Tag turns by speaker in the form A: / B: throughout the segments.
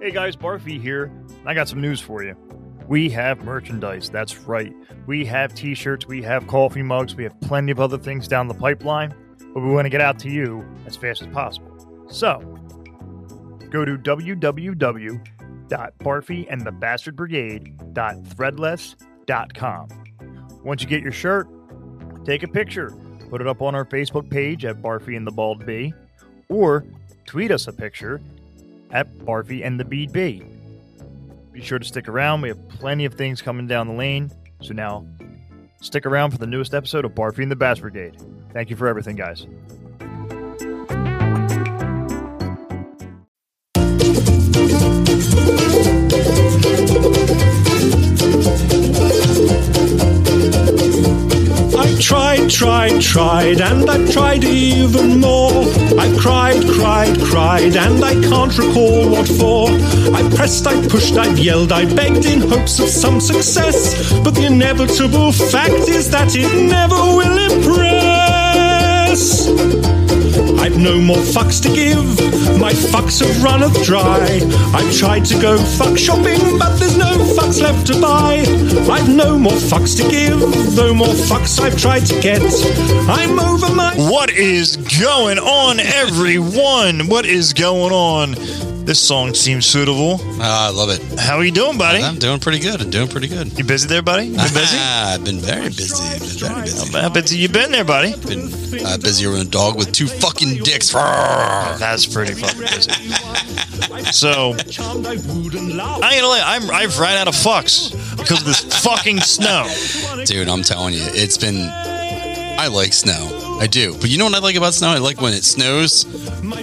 A: Hey guys, Barfy here. I got some news for you. We have merchandise, that's right. We have t shirts, we have coffee mugs, we have plenty of other things down the pipeline, but we want to get out to you as fast as possible. So, go to www.barfyandthebastardbrigade.threadless.com. Once you get your shirt, take a picture, put it up on our Facebook page at Barfy and the Bald Bee, or tweet us a picture at Barfy and the BB. Be sure to stick around. We have plenty of things coming down the lane. So now, stick around for the newest episode of Barfy and the Bass Brigade. Thank you for everything, guys.
B: I tried, tried, tried, and I tried even more. I cried, cried, cried, and I can't recall what for. I pressed, I pushed, I yelled, I begged in hopes of some success. But the inevitable fact is that it never will impress. I've no more fucks to give. My fucks have runneth dry. I've tried to go fuck shopping, but there's no fucks left to buy. I've no more fucks to give, though more fucks I've tried to get. I'm over my.
C: What is going on, everyone? What is going on? This song seems suitable.
D: Ah, I love it.
C: How are you doing, buddy?
D: I'm doing pretty good. I'm doing pretty good.
C: You busy there, buddy? Been busy?
D: I've been very busy. I've been very busy.
C: How busy you been there, buddy?
D: Been uh, busier than a dog with two fucking dicks. Roar.
C: That's pretty fucking busy. So
B: Charmed I would and laughed.
C: I ain't gonna lie, I'm I've ran out of fucks because of this fucking snow.
D: Dude, I'm telling you, it's been. I like snow. I do. But you know what I like about snow? I like when it snows.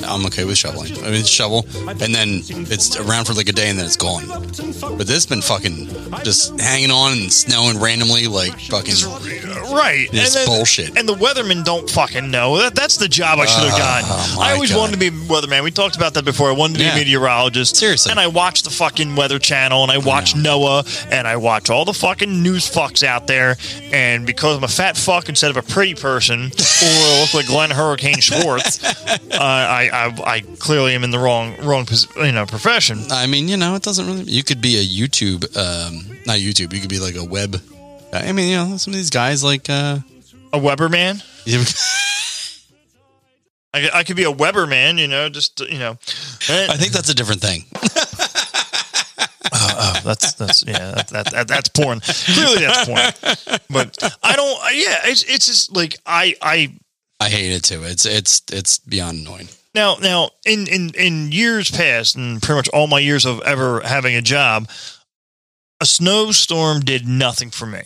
D: I'm okay with shoveling. I mean, shovel, and then it's around for like a day, and then it's gone. But this has been fucking just hanging on and snowing randomly, like fucking.
C: Uh, Right.
D: It's bullshit. Uh,
C: And the weathermen don't fucking know. That, that's the job I should have gotten.
D: oh my
C: I always
D: God.
C: wanted to be a weatherman. We talked about that before. I wanted to
D: Yeah.
C: be a meteorologist.
D: Seriously.
C: And I watch the fucking Weather Channel and I watch NOAA and I watch all the fucking news fucks out there. And because I'm a fat fuck instead of a pretty person or I look like Glenn Hurricane Schwartz, uh, I, I, I clearly am in the wrong, wrong, pos- you know, profession.
D: I mean, you know, it doesn't really. You could be a YouTube, um, not YouTube. You could be like a web. I mean, you know, some of these guys like. uh
C: A Weberman?
D: you-
C: I, I could be a Weberman, you know, just, you know.
D: I think that's a different thing.
C: that's that's yeah that, that, that, that's porn clearly that's porn but i don't yeah it's, it's just like i i
D: I hate it too. It's it's it's beyond annoying.
C: now now in in in years past and pretty much all my years of ever having a job a snowstorm did nothing for me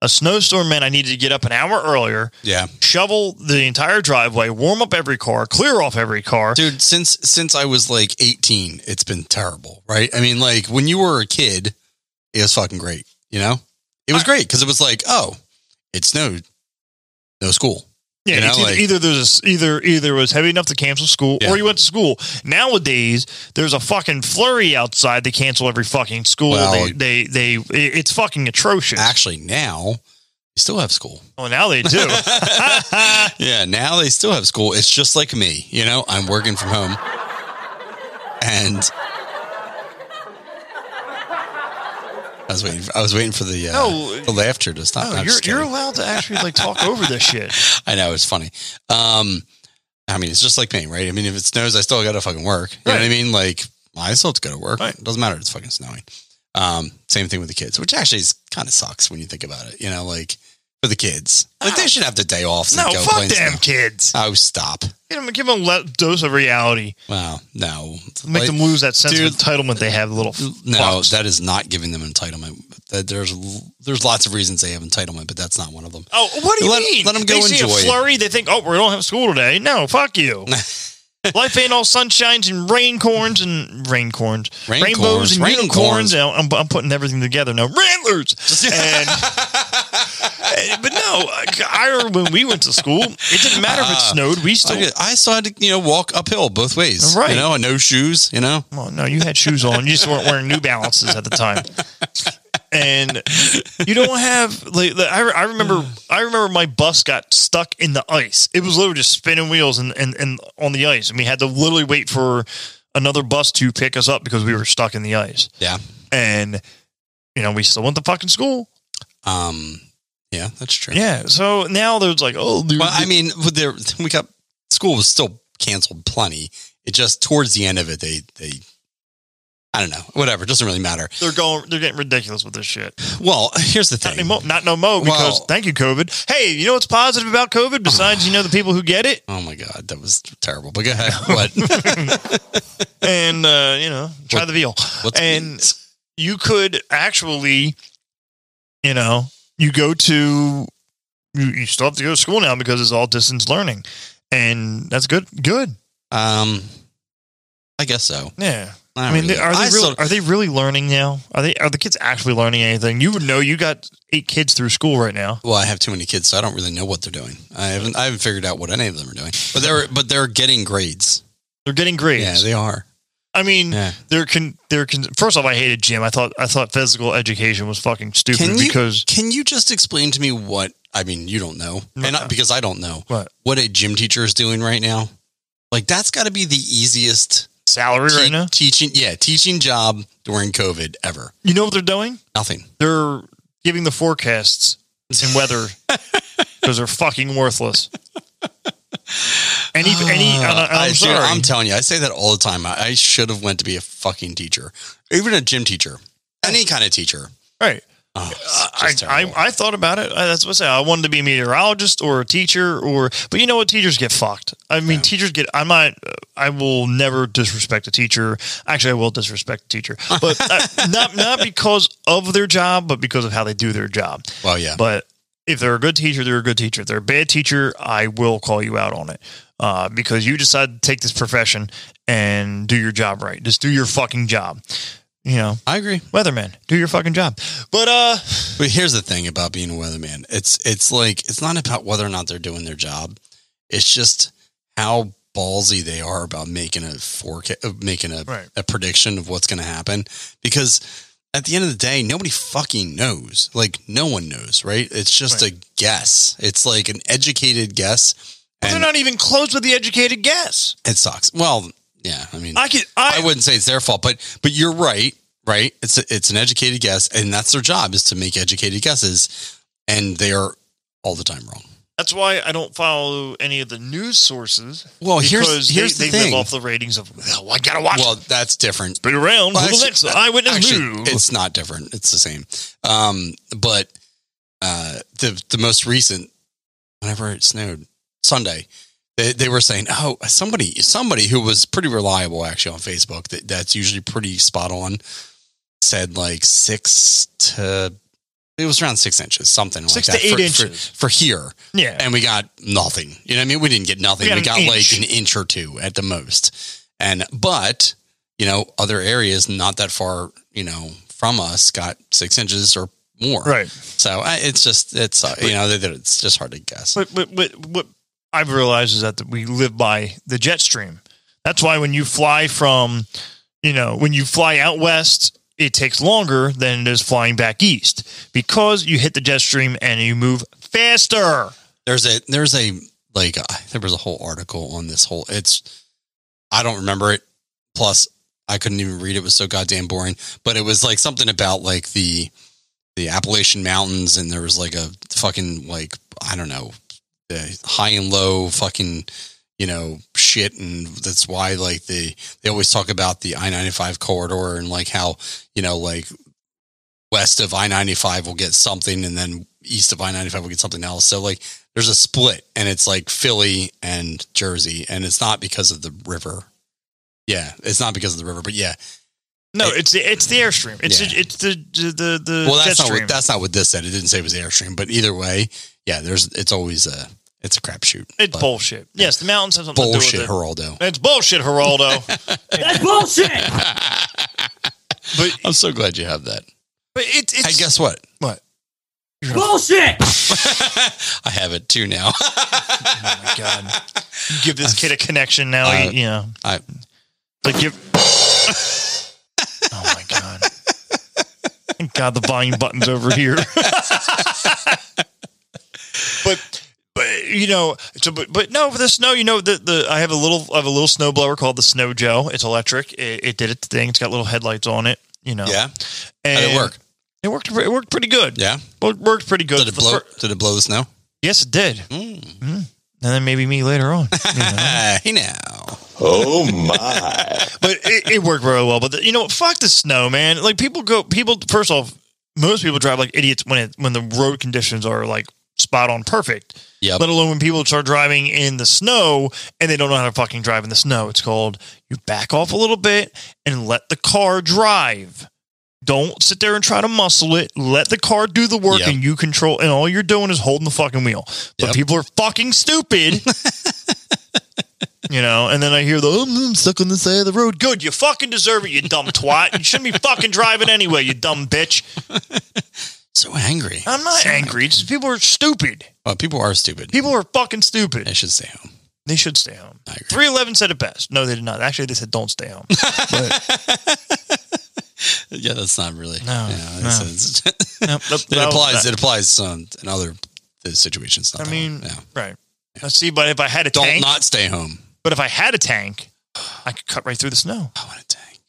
C: a snowstorm meant i needed to get up an hour earlier
D: Yeah,
C: shovel the entire driveway warm up every car clear off every car
D: dude. Since since I was like eighteen, it's been terrible, right? I mean, like when you were a kid, it was fucking great. You know, it was great because it was like, oh, it snowed, no school.
C: Yeah,
D: You know,
C: it's either,
D: like-
C: either there's a s either either it was heavy enough to cancel school,
D: Yeah.
C: or you went to school. Nowadays, there's a fucking flurry outside. They cancel every fucking school.
D: Well,
C: they, they they it- it's fucking atrocious.
D: Actually, now you still have school.
C: oh, now they do.
D: Yeah, now they still have school. It's just like me, you know. I'm working from home, and I was waiting. For, I was waiting for the uh,
C: No.
D: the laughter to stop.
C: No,
D: I'm
C: you're
D: just kidding.
C: you're allowed to actually like talk over this shit.
D: I know it's funny. Um, I mean, it's just like me, right? I mean, if it snows, I still got to fucking work. You know what I mean? Like, I still have to go to work.
C: Right.
D: It doesn't matter. if It's fucking snowing. Um, same thing with the kids, which actually is kind of sucks when you think about it. You know, like for the kids, like they should have the day off. to
C: No,
D: go play
C: fuck
D: in
C: them
D: snow.
C: kids.
D: Oh, stop!
C: Give them, give them a dose of reality.
D: Wow, no,
C: Make
D: Like,
C: them lose that sense
D: dude.
C: of entitlement they have. Little
D: No,
C: fucks.
D: that is not giving them entitlement. That there's there's lots of reasons they have entitlement, but that's not one of them.
C: Oh, what do you
D: Let-
C: mean?
D: let 'em go
C: they see a
D: enjoy it.
C: flurry. They think, oh, we don't have school today. No, fuck you. Life ain't all sunshines and raincorns and raincorns,
D: Rain
C: rainbows
D: corns,
C: and
D: rain
C: unicorns.
D: corns.
C: And I'm, I'm putting everything together now. Rattlers. And, eh, but no, I remember when we went to school, it didn't matter if it snowed. We still.
D: Uh, I, I still had to, you know, walk uphill both ways.
C: Right.
D: You know, and no shoes, you know?
C: Well, no, you had shoes on. You just weren't wearing New Balances at the time. And you don't have like the- I, I remember I remember my bus got stuck in the ice. It was literally just spinning wheels and and, and on the ice, and we had to literally wait for another bus to pick us up because we were stuck in the ice.
D: Yeah.
C: And, you know, we still went to fucking school.
D: Um, yeah, that's true.
C: Yeah. So now there's like, oh, dude.
D: Well, I mean, with their, we got school was still canceled plenty. It just towards the end of it, they they, I don't know, whatever. It doesn't really matter.
C: they're going, they're getting ridiculous with this shit.
D: Well, here's the
C: Not,
D: thing.
C: anymore, not no mo because
D: Well-
C: thank you, COVID. Hey, you know what's positive about COVID besides, you know, the people who get it?
D: Oh my god, that was terrible. But go ahead. What?
C: And, uh, you know, try
D: What-
C: the veal.
D: What's
C: And- you could actually, you know, you go to, you, you still have to go to school now because it's all distance learning. And that's good. Good.
D: um, I guess so.
C: Yeah.
D: I,
C: I
D: don't
C: mean, they,
D: really-
C: are they
D: Oh, I
C: really,
D: still-
C: are they really learning now? Are they, are the kids actually learning anything? You would know you got eight kids through school right now.
D: well, I have too many kids, so I don't really know what they're doing. I haven't, I haven't figured out what any of them are doing. But they're, but they're getting grades.
C: They're getting
D: Yeah,
C: grades. Mm-hmm.
D: they are.
C: I mean,
D: Yeah.
C: they're con, they're con, first off, I hated gym. I thought, I thought physical education was fucking stupid
D: Can you-
C: because
D: Can you just explain to me what? I mean, you don't know,
C: No.
D: and I, because I don't know
C: What?
D: what a gym teacher is doing right now. Like that's got to be the easiest
C: salary
D: te-
C: right now.
D: teaching, yeah, teaching job during COVID ever.
C: You know what they're doing?
D: Nothing.
C: they're giving the forecasts and weather because they're fucking worthless. Any, any,
D: Uh,
C: uh,
D: I-
C: I'm
D: dude,
C: sorry.
D: I'm telling you, I say that all the time. I, I should have went to be a fucking teacher, even a gym teacher, any kind of teacher.
C: right.
D: Oh, it's
C: Uh, I,
D: just
C: I,
D: terrible.
C: I thought about it. I, that's what I say. I wanted to be a meteorologist or a teacher or, but you know what? Teachers get fucked. I mean,
D: Yeah.
C: teachers get, I'm not, I will never disrespect a teacher. Actually, I will disrespect a teacher, but uh, not, not because of their job, but because of how they do their job.
D: well, yeah,
C: But if they're a good teacher, they're a good teacher. If they're a bad teacher, I will call you out on it uh, because you decided to take this profession and do your job right. Just do your fucking job. You know,
D: I agree.
C: weatherman, do your fucking job. But uh,
D: But here's the thing about being a weatherman. It's it's like it's not about whether or not they're doing their job. It's just how ballsy they are about making a forecast, making a
C: Right.
D: a prediction of what's going to happen. Because at the end of the day, nobody fucking knows. Like no one knows, right? It's just a guess. It's like an educated guess,
C: they're
D: and
C: not even close with the educated guess.
D: it sucks. Well, yeah, I mean,
C: I could, I,
D: I wouldn't say it's their fault, but but you're right, right? It's a, it's an educated guess, and that's their job is to make educated guesses, and they are all the time wrong.
C: that's why I don't follow any of the news sources.
D: Well, Oh, here's-
C: because
D: here's
C: they,
D: the
C: they
D: thing.
C: live off the ratings of well, I gotta watch.
D: Well,
C: Well,
D: that's different.
C: Big around
D: Well,
C: for the
D: actually-
C: next eyewitness
D: actually,
C: news.
D: it's not different. It's the same. Um, but uh, the the most recent, whenever it snowed Sunday, they, they were saying, oh, somebody somebody who was pretty reliable actually on Facebook that that's usually pretty spot on said like six to it was around six inches, something
C: Six
D: like
C: to
D: that
C: eight
D: for,
C: inches.
D: for, for here,
C: yeah,
D: and we got nothing. You know what I mean? We didn't get nothing.
C: We
D: We,
C: got an
D: got
C: inch.
D: like an inch or two at the most. And but you know, other areas not that far, you know, from us got six inches or more.
C: right.
D: So I, it's just it's uh, you know that- that it's just hard to guess.
C: But, but, but what I've realized is that we live by the jet stream. That's why when you fly from, you know, when you fly out west, it takes longer than it is flying back east because you hit the jet stream and you move faster.
D: There's a there's a like uh, there was a whole article on this whole. It's I don't remember it. Plus, I couldn't even read it. it was so goddamn boring. But it was like something about like the the Appalachian Mountains, and there was like a fucking like I don't know, the high and low fucking you know shit, and that's why like the they always talk about the I ninety five corridor and like how you know like west of I ninety five will get something, and then east of I ninety five will get something else. So like there's a split, and it's like Philly and Jersey, and it's not because of the river. Yeah, it's not because of the river, but yeah.
C: No,
D: It-
C: it's the, it's the airstream. It's
D: Yeah.
C: the, it's the the the
D: well, that's
C: jet
D: not
C: stream.
D: what that's not what this said. It didn't say it was airstream, but either way, yeah, there's it's always a it's a crapshoot.
C: it's
D: But
C: bullshit. Yes, the mountains have something to do
D: bullshit,
C: with it.
D: Geraldo.
C: It's bullshit, Geraldo.
E: That's bullshit!
C: but
D: I'm so glad you have that.
C: but it's it's
D: Hey, guess what? What?
E: bullshit!
D: I have it too now.
C: oh my god. You give this kid a connection now.
D: Uh,
C: you know,
D: I-
C: like give. oh my god! Thank God the volume button's over here. but but you know, so, but, but no, for the snow, you know, the, the I have a little I have a little snow blower called the Snow Joe. It's electric. It, it did its thing. It's got little headlights on it. You know,
D: Yeah.
C: And
D: How'd it work?
C: It worked. pre- It worked pretty good.
D: Yeah.
C: Worked- worked pretty good.
D: Did it
C: for the
D: blow?
C: fir-
D: Did it blow the snow?
C: yes, it did.
D: Mm.
C: And then maybe me later on. you know.
D: hey now.
F: Oh my!
C: but it, it worked very well. But the, you know what? Fuck the snow, man. Like people go, people. First off, most people drive like idiots when it when the road conditions are like spot on perfect.
D: Yep.
C: Let alone when people start driving in the snow and they don't know how to fucking drive in the snow. It's called you back off a little bit and let the car drive. Don't sit there and try to muscle it. Let the car do the work
D: Yep.
C: and you control. And all you're doing is holding the fucking wheel. But
D: Yep.
C: people are fucking stupid. You know, and then I hear the "Oh, I'm stuck on the side of the road. Good, you fucking deserve it, you dumb twat. You shouldn't be fucking driving anyway, you dumb bitch.
D: So angry.
C: I'm not angry. It's just people are stupid.
D: Well, people are stupid.
C: People are fucking
D: I
C: stupid.
D: should stay home.
C: They should stay home.
D: I agree.
C: 311 said it best. No, they did not. Actually, they said don't stay home.
D: Yeah, that's not really.
C: No,
D: yeah,
C: no.
D: it's- it's-
C: Nope, that-
D: it
C: that was
D: applies.
C: that.
D: It applies um, in other uh, situations. Not
C: I
D: that
C: mean,
D: one. yeah.
C: right. Now, see, but if I had a
D: don't
C: tank,
D: not stay home.
C: but if I had a tank, I could cut right through the snow.
D: I want a tank.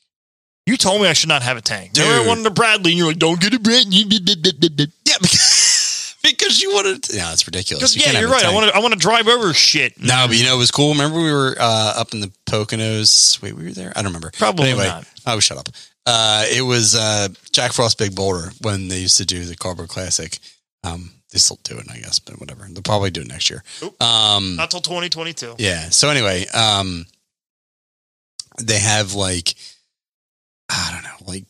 C: You told me I should not have a tank. Dude. I
D: Dude.
C: wanted a Bradley, and you're like, don't get a Bradley.
D: Yeah, because, because you wanted. Yeah, that's ridiculous.
C: Because,
D: Oh, You can't
C: yeah,
D: have
C: you're
D: a
C: right. I
D: tank.
C: want to. I want to drive over shit.
D: No, but you know it was cool. Remember we were uh, up in the Poconos. Wait, were you there? I don't remember.
C: Probably
D: But anyway,
C: not.
D: Oh, shut up. Uh, it was uh, Jack Frost Big Boulder when they used to do the Cardboard Classic. Um, they still do it, I guess, but whatever. They'll probably do it next year.
C: Oop.
D: Um,
C: Not till 2022.
D: yeah. So anyway, um, they have like I don't know, like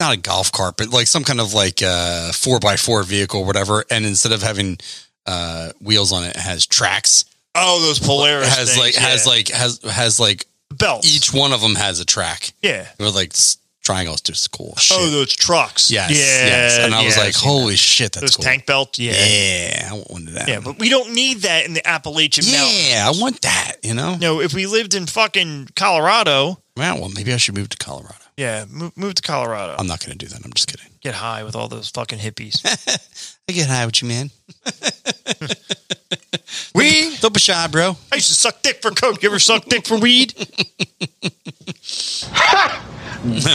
D: not a golf cart, but like some kind of like uh four by four vehicle, whatever. And instead of having uh wheels on it, it has tracks.
C: Oh, those Polaris
D: It has
C: things,
D: like has
C: yeah.
D: like has has like
C: belts.
D: each one of them has a track
C: yeah.
D: with like s- triangles to school. Shit.
C: Oh, those trucks.
D: yes,
C: Yeah.
D: yes. And I was
C: yeah,
D: like,
C: I've seen
D: holy shit,
C: that.
D: that's
C: those
D: cool.
C: tank belts. Yeah.
D: yeah.
C: yeah.
D: I want one of that.
C: but we don't need that in the Appalachian Mountains.
D: yeah, I want that. You know,
C: No, if we lived in fucking Colorado,
D: Well, well, maybe I should move to Colorado.
C: yeah, move, move to Colorado.
D: I'm not going to do that. I'm just kidding.
C: Get high with all those fucking hippies.
D: I get high with you, man.
C: weed?
D: Don't be shy, bro.
C: I used to suck dick for coke. You ever suck dick for weed?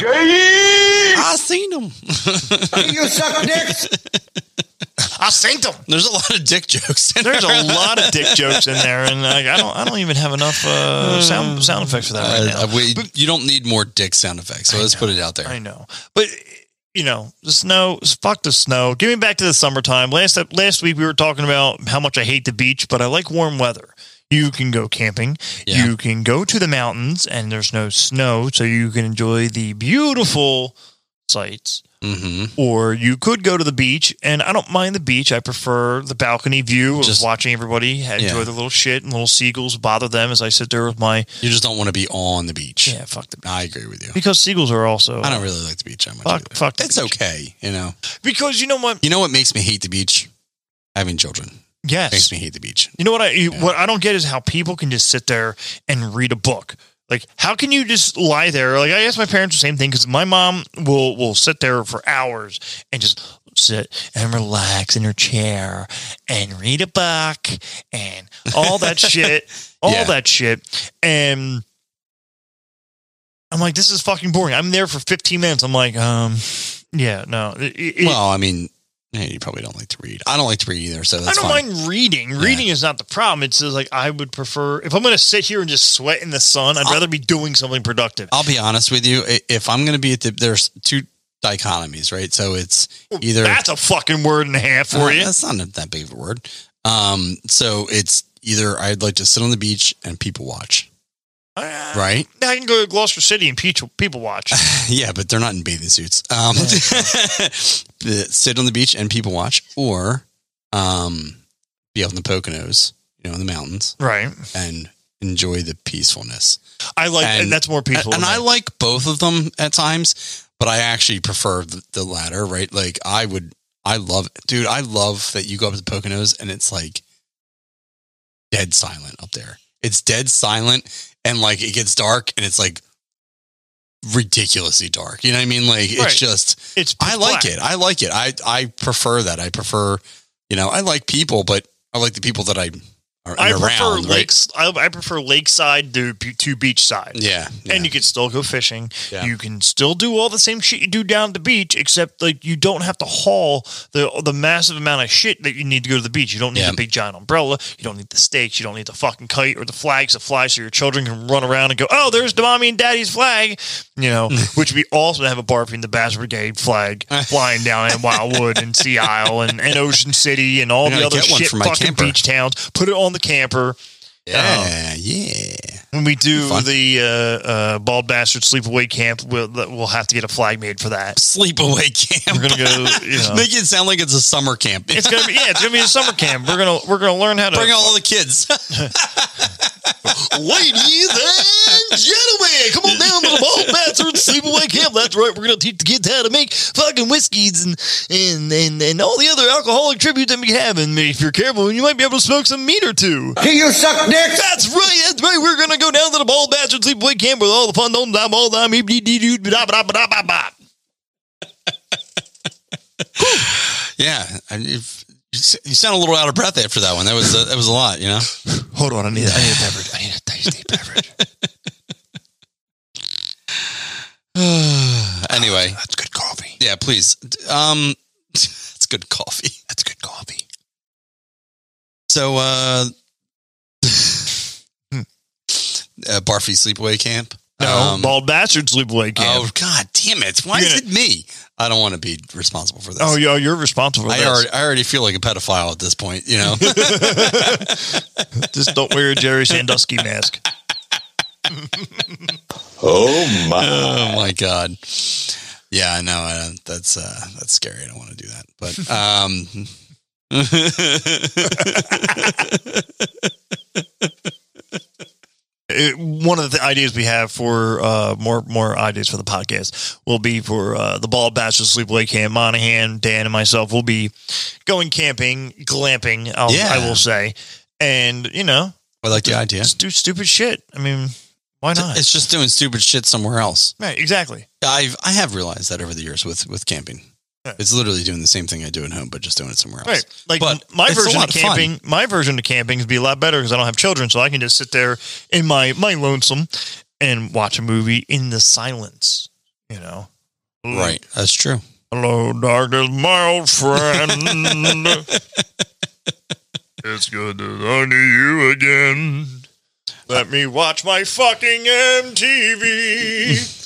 D: I seen him.
E: You suck dicks.
C: I sent them.
D: There's a lot of dick jokes. In
C: There's a
D: there.
C: lot of dick jokes in there, and like, I don't, I don't even have enough uh, sound sound effects for that right now.
D: Uh, we, you don't need more dick sound effects. So let's put it out there.
C: I know, but you know, the snow. Fuck the snow. Get me back to the summertime. Last last week we were talking about how much I hate the beach, but I like warm weather. You can go camping.
D: Yeah.
C: You can go to the mountains, and there's no snow, so you can enjoy the beautiful sights.
D: hmm
C: Or you could go to the beach, and I don't mind the beach. I prefer the balcony view of
D: Just-
C: watching everybody enjoy
D: Yeah.
C: their little shit and little seagulls bother them as I sit there with my
D: You just don't want to be on the beach.
C: yeah. Fuck the
D: I agree with you.
C: because seagulls are also
D: I don't really like the beach that much.
C: Fuck-
D: either.
C: fuck the
D: It's
C: beach.
D: okay. You know.
C: because you know what
D: You know what makes me hate the beach? Having children
C: yes
D: makes me hate the beach.
C: You know what I you- what I don't get is how people can just sit there and read a book. Like how can you just lie there? Like I ask my parents the same thing because my mom will will sit there for hours and just sit and relax in her chair and read a book and all that shit, all
D: Yeah.
C: that shit, and I'm like, this is fucking boring. I'm there for 15 minutes. I'm like, um, yeah, no. It- it-
D: Well, I mean, yeah, you probably don't like to read. I don't like to read either. So that's
C: I don't
D: fine.
C: mind reading. Reading is not the problem. It's just like I would prefer if I'm going to sit here and just sweat in the sun.
D: Uh,
C: I'd rather be doing something productive.
D: I'll be honest with you. I- If I'm going to be at the, there's two dichotomies, right? So it's either
C: Oh, That's a fucking word and a half for
D: Uh,
C: you.
D: That's not that big of a word. Um, so it's either I'd like to sit on the beach and people watch,
C: Uh,
D: right? Uh,
C: I can go to Gloucester City and people people watch.
D: yeah, but they're not in bathing suits. Um, the- sit on the beach and people watch, or um, be out in the Poconos, you know, in the mountains,
C: right.
D: and enjoy the peacefulness.
C: I like
D: And-
C: that's more peaceful.
D: and
C: than
D: I
C: that.
D: like both of them at times, but I actually prefer the, the latter, right? Like I would, I love, dude, I love that you go up to the Poconos and it's like dead silent up there. It's dead silent and like it gets dark and it's like ridiculously dark. You know what I mean? Like
C: Right.
D: it's just,
C: it's
D: I like
C: black.
D: it. I like it. I, I prefer that. I prefer, you know, I like people, but I like the people that I are
C: I
D: around.
C: prefer
D: right?
C: lakes. I, I prefer lakeside to be- to beachside.
D: Yeah, yeah.
C: And you can still go fishing.
D: Yeah.
C: You can still do all the same shit you do down at the beach, except like you don't have to haul the the massive amount of shit that you need to go to the beach. You don't need
D: Yeah.
C: a big giant umbrella. You don't need the stakes. You don't need the fucking kite or the flags that fly, so your children can run around and go, "Oh, there's the mommy and daddy's flag," you know, which would be awesome to have a barfing the Bass Brigade flag flying down in Wildwood and Sea Isle and, and Ocean City and all
D: I
C: the
D: gotta
C: other
D: get one
C: shit
D: for my
C: fucking
D: camper.
C: beach towns. Put it on the camper
D: yeah, yeah.
C: when we do
D: Fun.
C: the uh, uh, bald bastard sleepaway camp, we'll we'll have to get a flag made for that.
D: Sleepaway camp.
C: We're gonna go. You know,
D: Make it sound like it's a summer camp.
C: it's gonna be yeah, it's gonna be a summer camp. We're gonna we're gonna learn how to
D: Bring all the kids.
C: ladies and gentlemen. Come on down to the bald bastard sleepaway camp. That's right. We're gonna teach the kids how to make fucking whiskeys and and and, and all the other alcoholic tributes that we have. And if you're careful, you might be able to smoke some meat or two.
E: Do you suck dicks?
C: That's right. That's right. We're gonna go down to the bald bastard sleepaway camp with all the fun. Don't I'm all time.
D: yeah, I, if, you s- you sound a little out of breath after that one. That was uh, that was a lot. You know.
C: Hold on, I need, I need a beverage. I need a tasty beverage.
D: anyway,
C: That's good coffee.
D: yeah. Please. D- Um, that's good coffee. That's good coffee. So, uh, uh Barfy sleepaway camp.
C: No,
D: Um,
C: bald bastard sleepaway camp.
D: Oh God, damn it! Why
C: You're
D: is
C: gonna-
D: it me? I don't want to be responsible for this.
C: Oh, yeah, you're responsible for
D: I
C: this.
D: already, I already feel like a pedophile at this point. You know,
C: Just don't wear your Jerry Sandusky mask.
F: Oh my.
D: oh my god. Yeah, I know. I don't, that's uh, that's scary. I don't want to do that. But um,
C: It- one of the ideas we have for uh, more more ideas for the podcast will be for uh, the Bald Bastard Sleepaway Camp. Monahan, Dan, and myself will be going camping, glamping. I'll,
D: Yeah.
C: I will say, and you know,
D: I like the idea.
C: just do stupid shit. I mean, why not?
D: It's just doing stupid shit somewhere else.
C: right, exactly.
D: I've I have realized that over the years with with camping.
C: Right.
D: It's literally doing the same thing I do at home, but just doing it somewhere else.
C: Right. Like
D: But
C: m- my
D: it's a
C: version of
D: lot of fun.
C: camping, my version of camping would be a lot better because I don't have children, so I can just sit there in my my lonesome and watch a movie in the silence. You know.
D: Right. That's true.
C: Hello, darkness, my old friend. it's good to honor you again. Let me watch my fucking MTV.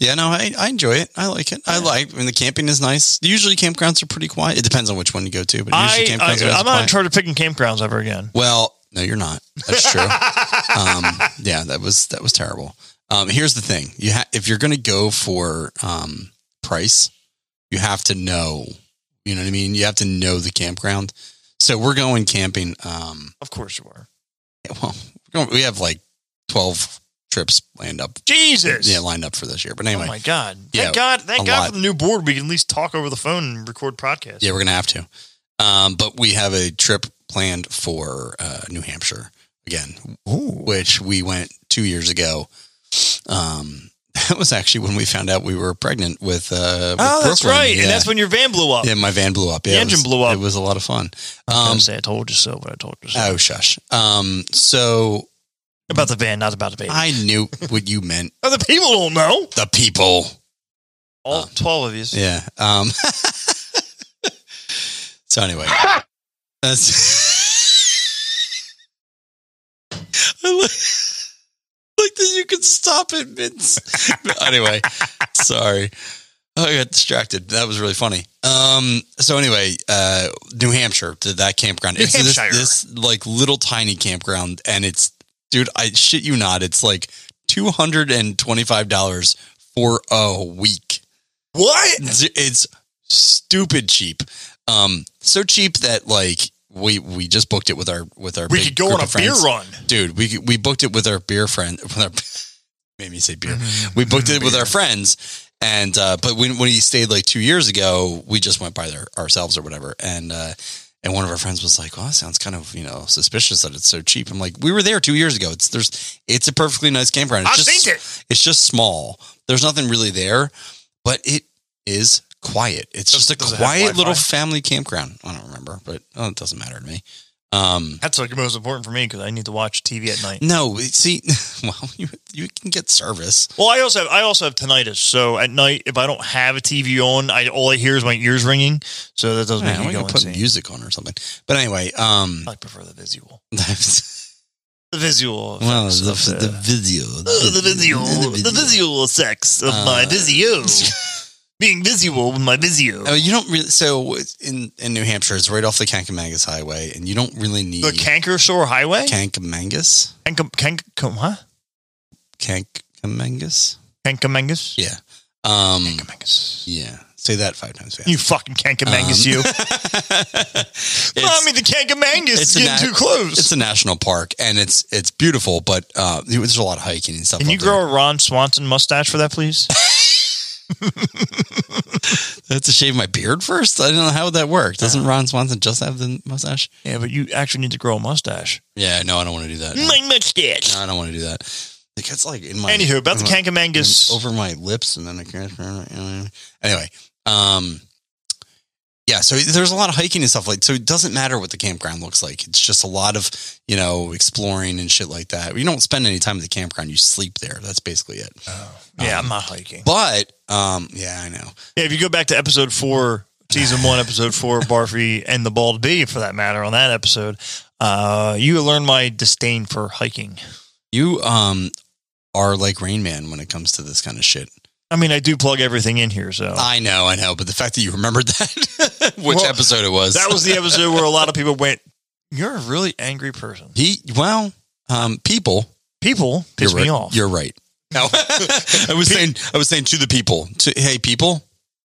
D: Yeah, no, I, I enjoy it. I like it. I like when the camping is nice. Usually campgrounds are pretty quiet. It depends on which one you go to, but
C: I,
D: usually
C: I,
D: campgrounds are
C: I'm not in
D: quiet.
C: charge of picking campgrounds ever again.
D: Well, no, you're not. That's true. um, yeah, that was that was terrible. Um, here's the thing: you ha- if you're going to go for um, price, you have to know. You know what I mean? You have to know the campground. So we're going camping. Um,
C: Of course you are.
D: well, we're going- we have like twelve trips lined up.
C: Jesus.
D: Yeah, lined up for this year. But anyway,
C: Oh my god! Thank
D: Yeah,
C: God! Thank
D: a
C: God
D: lot.
C: for the new board. We can at least talk over the phone and record podcasts.
D: Yeah, we're gonna have to. Um, but we have a trip planned for uh, New Hampshire again, which we went two years ago. Um, that was actually when we found out we were pregnant with. Uh, with
C: Oh, that's
D: Brooklyn.
C: right.
D: Yeah.
C: And that's when your van blew up.
D: yeah, my van blew up. Yeah,
C: The
D: it
C: engine
D: was-
C: blew up.
D: It was a lot of fun.
C: I
D: Um,
C: say I told you so, but I told you so.
D: oh shush. Um, so
C: about the van, not about the baby.
D: I knew what you meant.
C: Oh, the people don't know.
D: The people.
C: All twelve of you.
D: Uh, Yeah. Um, so anyway, that's. I like, like that you can stop it, Vince. anyway, sorry. Oh, I got distracted. That was really funny. Um, so anyway, uh, New Hampshire to that campground.
C: New
D: it's this,
C: Hampshire.
D: this like little tiny campground, and it's dude, I shit you not. It's like two hundred and twenty five dollars for a week.
C: What?
D: Z- it's stupid cheap. Um, so cheap that like we we just booked it with our with our
C: We
D: big
C: could go
D: group
C: on a
D: of friends.
C: beer run.
D: dude. We we booked it with our beer friend. With our, made me say beer.
C: Mm-hmm.
D: We booked it with our friends, and uh, but when when he stayed like two years ago, we just went by there ourselves or whatever, and. uh and one of our friends was like, "Oh, that sounds kind of you know suspicious that it's so cheap." I'm like, "We were there two years ago. It's there's it's a perfectly nice campground. It's
C: I've
D: just
C: seen it.
D: it's just small. There's nothing really there, but it is quiet. It's just a
C: Does it have
D: quiet
C: Wi-Fi?
D: little family campground. I don't remember, but oh, it doesn't matter to me. Um,
C: That's like the most important for me because I need to watch TV at night.
D: no, see, well, you you can get service.
C: Well, I also have, I also have tinnitus, so at night if I don't have a TV on, I all I hear is my ears ringing. So that doesn't
D: Man,
C: make
D: we
C: me go
D: can put
C: insane.
D: music on or something. But anyway, um,
C: I prefer the visual.
D: well,
C: The visual. effects
D: the,
C: of
D: the, video,
C: Oh, the visual, the visual sex of my
D: Uh,
C: Vizio. Being visual with my Vizio.
D: Oh, you don't really. So in in New Hampshire, it's right off the Kankamangas Highway, and you don't really need
C: the Canker Shore Highway?
D: Kankamangas.
C: Kank, kank, kank, huh?
D: Kankamangas.
C: Kankamangus?
D: Yeah. Um.
C: Kankamangus.
D: Yeah. Say that five times fast.
C: You fucking Kankamangus,
D: Um,
C: you.
D: it's,
C: Mommy, the Kankamangus is
D: it's a
C: getting
D: na-
C: too close.
D: it's a national park, and it's it's beautiful, but uh, there's a lot of hiking and stuff.
C: Can
D: up
C: you
D: there.
C: grow a Ron Swanson mustache for that, please?
D: I have to shave my beard first. I don't know how would that work. Doesn't Ron Swanson just have the mustache?
C: yeah, but you actually need to grow a mustache.
D: Yeah. No, I don't want to do that.
C: My mustache.
D: No, I don't want to do that. It gets like in my.
C: Anywho, about the
D: in my-
C: Kankamangus.
D: over my lips and then I can't remember. Anyway, um, yeah, so there's a lot of hiking and stuff like so it doesn't matter what the campground looks like. It's just a lot of, you know, exploring and shit like that. You don't spend any time at the campground, you sleep there. That's basically it.
C: yeah, I'm not hiking.
D: But um, yeah, I know.
C: Yeah, if you go back to episode four, season one, episode four, Barfy and the Bald Bee, for that matter, on that episode, uh, you learn my disdain for hiking.
D: You um are like Rain Man when it comes to this kind of shit.
C: I mean, I do plug everything in here, so.
D: I know, I know, but the fact that you remembered that which
C: Oh. Well,
D: episode it was.
C: that was the episode where a lot of people went, You're a really angry person.
D: he well, um people
C: People piss
D: you're
C: me
D: right.
C: off.
D: You're right. No, I was saying I was saying to the people. To hey people,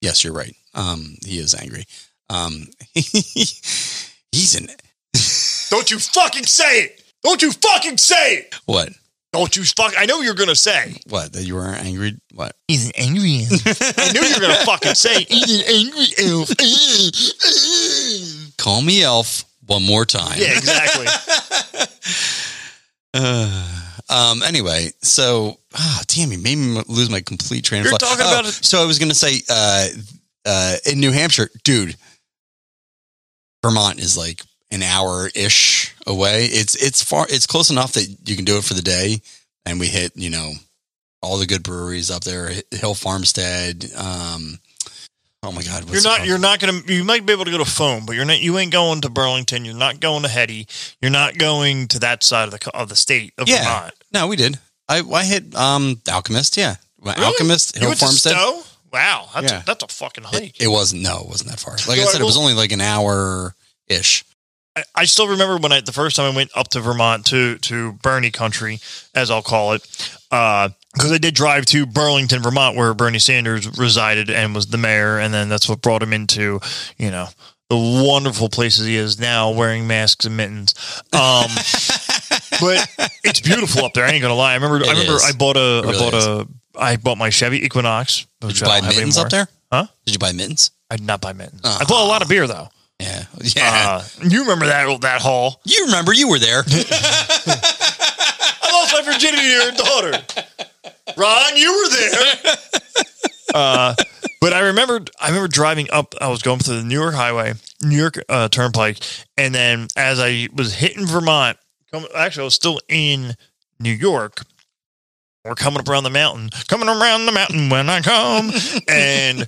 D: yes, you're right. Um, he is angry. Um, he's an
C: Don't you fucking say it! Don't you fucking say it!
D: what?
C: Don't you fuck! I know you're gonna say.
D: What that you were angry? What?
C: He's an angry elf. I knew you were gonna fucking say. it.
D: He's an angry elf. Call me elf one more time.
C: Yeah, exactly.
D: Um. Anyway, so ah, damn, you made me lose my complete train of
C: You're
D: thought.
C: talking
D: Oh,
C: about it-
D: So I was gonna say, uh, uh, in New Hampshire, dude, Vermont is like an hour ish away. It's it's far. It's close enough that you can do it for the day, and we hit you know all the good breweries up there. H- Hill Farmstead. Um. Oh my God,
C: You're
D: what's it
C: not.
D: called?
C: You're not gonna. You might be able to go to Foam, but you're not. You ain't going to Burlington. You're not going to Hetty. You're not going to that side of the co- of the state of
D: Yeah.
C: Vermont.
D: No, we did. I I hit um Alchemist. Yeah, Alchemist.
C: You
D: Hill
C: went to
D: Farmstead.
C: Stowe? Wow, that's
D: Yeah.
C: a, that's a fucking hike.
D: It, it wasn't. No, it wasn't that far. Like I
C: No, I
D: said, it was
C: will-
D: only like an hour ish.
C: I, I still remember when I the first time I went up to Vermont to to Bernie Country, as I'll call it, because I did drive to Burlington, Vermont, where Bernie Sanders resided and was the mayor, and then that's what brought him into you know the wonderful places he is now, wearing masks and mittens. Um, but it's beautiful up there. I ain't gonna lie. I remember. I
D: It
C: remember.
D: is.
C: I bought a.
D: It really
C: I bought a. I bought my Chevy Equinox.
D: Did
C: which I
D: you buy
C: don't have
D: mittens
C: anymore.
D: up there? Uh-huh.
C: Huh?
D: Did you buy mittens?
C: I did not buy mittens. I bought a lot of beer though.
D: Yeah, yeah.
C: Uh, you remember that that haul?
D: you remember you were there?
C: I lost my virginity to your daughter. Ron, you were there. Uh, but I remember, I remember driving up. I was going through the New York Highway, New York uh, Turnpike, and then as I was hitting Vermont, come, actually, I was still in New York. We're coming up around the mountain, coming around the mountain when I come, and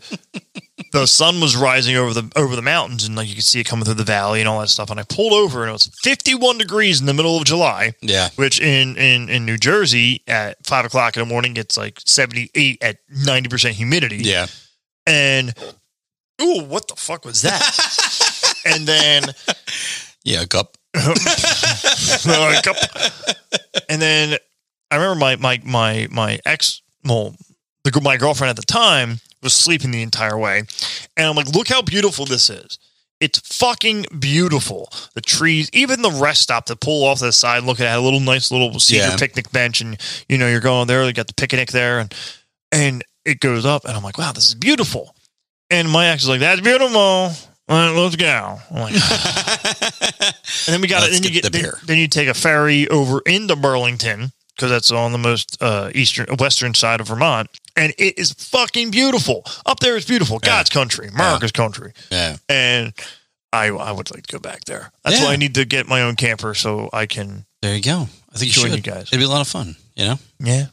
C: the sun was rising over the over the mountains, and like you could see it coming through the valley and all that stuff. And I pulled over, and it was fifty one degrees in the middle of July
D: yeah,
C: which in, in, in New Jersey at five o'clock in the morning, it's like 78 at 90% humidity.
D: yeah.
C: And, ooh, what the fuck was that? and then,
D: Yeah, a cup.
C: like, up- and then I remember my, my, my, my ex, well, the, gr- my girlfriend at the time was sleeping the entire way. And I'm like, look how beautiful this is. It's fucking beautiful. The trees, even the rest stop to pull off to the side, look at a little nice little cedar
D: Yeah.
C: picnic bench, and you know you're going there. They got the picnic there, and and it goes up, and I'm like, wow, this is beautiful. And my ex is like, that's beautiful. All right, let's go. I'm like, and then we got
D: Let's
C: then you get
D: get the
C: then,
D: beer.
C: then you take a ferry over into Burlington because that's on the most uh, eastern western side of Vermont, and it is fucking beautiful. Up there is beautiful. God's country, America's country,
D: Yeah.
C: and I I would like to go back there. That's why
D: Yeah.
C: I need to get my own camper so I can.
D: There you go. I think you
C: Join
D: should.
C: you guys.
D: It'd be a lot of fun. You know,
C: Yeah,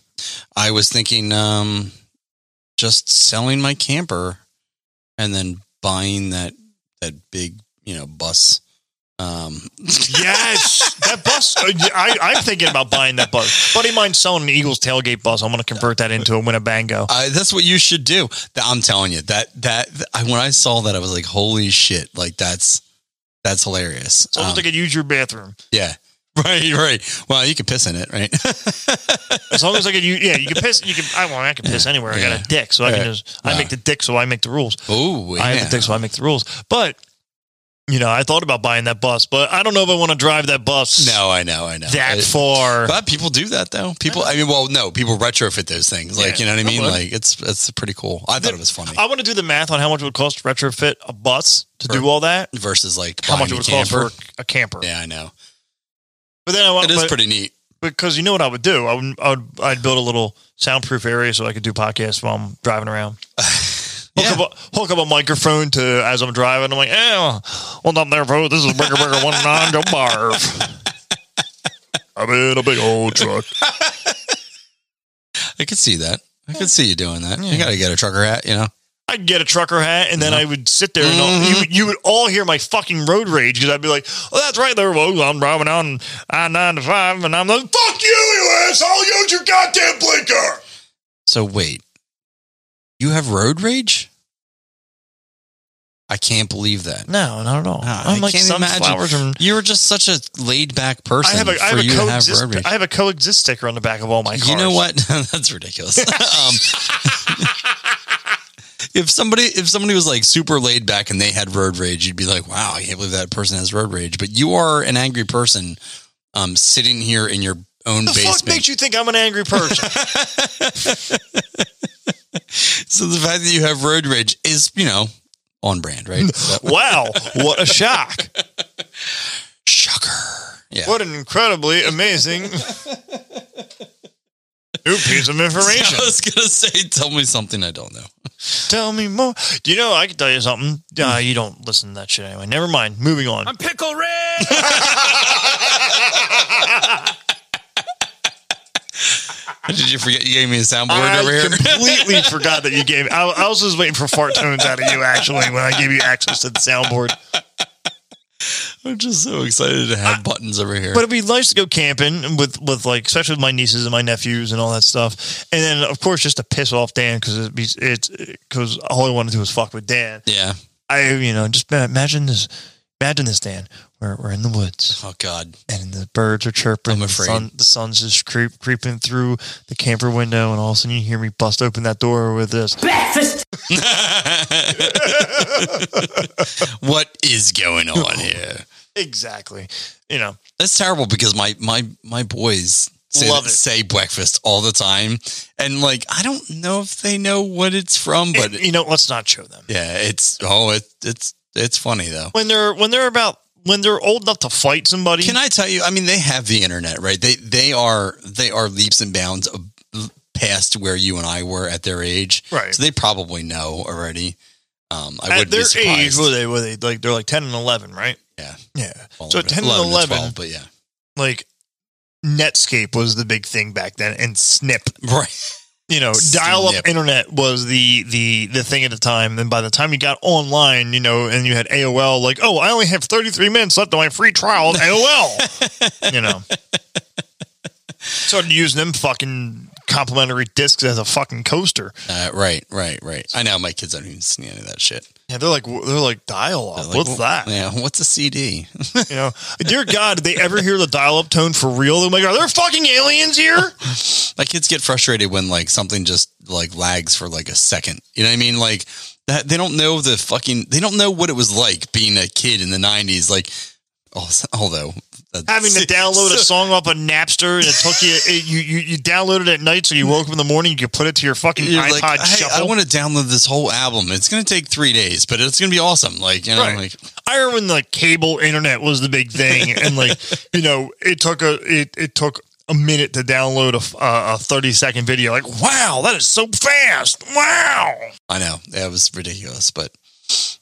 D: I was thinking um, just selling my camper and then buying that that big you know bus. Um,
C: Yes, that bus. uh, I, I'm thinking about buying that bus. Buddy of mine's selling an Eagles tailgate bus. I'm going to convert that into a Winnebago.
D: I, that's what you should do. Th- I'm telling you that that I, when I saw that I was like, holy shit! Like that's that's hilarious.
C: So
D: Um,
C: I could use your bathroom.
D: yeah. Right, right. Well, you could piss in it, right?
C: As long as I could use, yeah, you can piss. You can. I want. I can piss anywhere. I got
D: Yeah.
C: a dick, so I can
D: Yeah.
C: just. I
D: Yeah.
C: make the dick, so I make the rules.
D: oh,
C: I have
D: yeah.
C: the dick, so I make the rules. But you know, I thought about buying that bus, but I don't know if I want to drive that bus.
D: No, I know, I know.
C: that
D: I-
C: far.
D: But people do that though. People, I mean, well, no, people retrofit those things. Like, you know what I mean?
C: would.
D: Like, it's it's pretty cool. I thought it was funny
C: I want to do the math on how much it would cost to retrofit a bus to do
D: Right.
C: all that.
D: versus like
C: How much it
D: buying a
C: would
D: camper.
C: cost for a camper.
D: Yeah, I know.
C: But then I want
D: It is
C: but-
D: pretty neat.
C: because you know what I would do. I would, I would I'd build a little soundproof area so I could do podcasts while I'm driving around. Hook,
D: Yeah.
C: up a, hook up a microphone to as I'm driving. I'm like, eh, well, I'm there, bro. This is Bigger Bigger One Nine to Barf. I'm in a big old truck.
D: I could see that. I could see you doing that. You got to get a trucker hat, you know?
C: I'd get a trucker hat, and then I would sit there, and all, you, would- you would all hear my fucking road rage because I'd be like, "Oh, that's right, there, well, I'm driving on I nine to five, and I'm like, fuck you, you asshole, use your goddamn blinker."
D: So wait, you have road rage? I can't believe that.
C: No, not at all.
D: Ah,
C: I'm
D: I
C: like
D: can't
C: sunflowers
D: imagine.
C: and
D: You were just such a laid back person.
C: I have a, I
D: for
C: have a
D: you to have
C: coexist.
D: road rage.
C: I have a coexist sticker on the back of all my cars.
D: You know what? That's ridiculous. um, if somebody if somebody was like super laid back and they had road rage, you'd be like, "Wow, I can't believe that person has road rage." But you are an angry person, um, sitting here in your own
C: The fuck
D: basement.
C: makes you think I'm an angry person?
D: so the fact that you have road rage is, you know, on brand, right? So-
C: wow, what a shock!
D: Shocker. Yeah.
C: What an incredibly amazing new piece of information.
D: I was gonna say, tell me something I don't know.
C: Tell me more. Do you know I can tell you something?
D: Hmm.
C: Uh, you don't listen to that shit anyway. Never mind. Moving on. I'm pickle red.
D: Did you forget you gave me a soundboard
C: I
D: over here?
C: completely forgot that you gave. I, I was just waiting for fart tones out of you actually when I gave you access to the soundboard.
D: I'm just so excited to have buttons over here.
C: But it'd be nice to go camping with, with like, especially with my nieces and my nephews and all that stuff. And then, of course, just to piss off Dan because be, it's because all I want to do is fuck with Dan.
D: yeah.
C: I, you know, just ma- imagine this. Imagine this, Dan. We're, we're in the woods
D: Oh God.
C: and the birds are chirping.
D: I'm
C: The,
D: afraid.
C: sun, the sun's just creep, creeping through the camper window, and all of a sudden you hear me bust open that door with this.
D: what is going on here?
C: Exactly. You know,
D: That's terrible because my my my boys say,
C: Love it.
D: say breakfast all the time, and like I don't know if they know what it's from, but
C: but you know, let's not show them.
D: yeah, it's oh it, it's it's funny though.
C: When they're when they're about when they're old enough to fight somebody.
D: Can I tell you? I mean, they have the internet, right? They they are they are leaps and bounds ab- past where you and I were at their age,
C: Right.
D: So they probably know already. Um, I
C: at
D: would be
C: their age,
D: surprised.
C: were they? Were they like they're like ten and eleven, right?
D: Yeah.
C: Yeah.
D: Well,
C: so ten and eleven,
D: to 12, but yeah,
C: like Netscape was the big thing back then, and Snip.
D: right.
C: You know, dial up
D: Snip.
C: internet was the the the thing at the time. And by the time you got online, you know, and you had AOL, like, oh, I only have thirty three minutes left on my free trial of AOL. you know, started using them fucking complimentary discs as a fucking coaster.
D: Uh, right, right, right. I know my kids don't even see any of that shit.
C: Yeah, they're like they're like dial up.
D: Like,
C: What's
D: wh-
C: that?
D: Yeah, what's a CD?
C: You know, dear God, did they ever hear the dial up tone for real? They're like, are there fucking aliens here?
D: my kids get frustrated when like something just like lags for like a second. You know what I mean? Like that they don't know the fucking they don't know what it was like being a kid in the nineties. Like al- although that's-
C: having to download a song off of Napster and it took you, it, you, you, you downloaded it at night so you woke up in the morning, you could put it to your fucking
D: You're
C: iPod
D: like, hey, I
C: shuffle. I,
D: want to download this whole album. It's gonna take three days, but it's gonna be awesome. Like you know,
C: Right.
D: like
C: remember when like cable internet was the big thing and like, you know, it took a, it, it took a minute to download a, f- uh, a 30 second video. Like, wow, that is so fast. Wow.
D: I know that was ridiculous, but